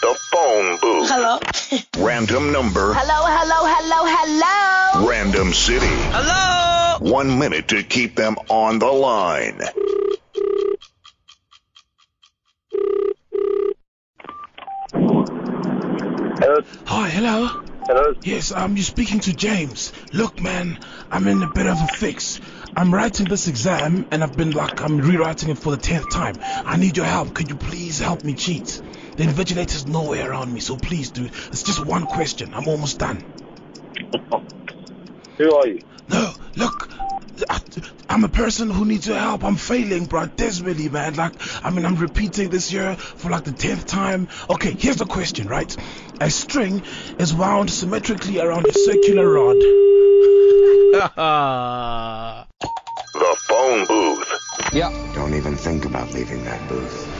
phone booth. Hello. Random number. Hello, hello, hello, hello. Random city. Hello. One minute to keep them on the line. Hello. Hi, hello. Hello. Yes, I'm you speaking to James. Look, man, I'm in a bit of a fix. I'm writing this exam and I've been like I'm rewriting it for the tenth time. I need your help. Could you please help me cheat? The invigilator's nowhere around me, so please, dude. It's just one question. I'm almost done. Who are you? No, look. I, I'm a person who needs your help. I'm failing, bro, desperately, man. Like, I mean, I'm repeating this year for like the tenth time. Okay, here's the question, right? A string is wound symmetrically around a circular rod. The phone booth. Don't even think about leaving that booth.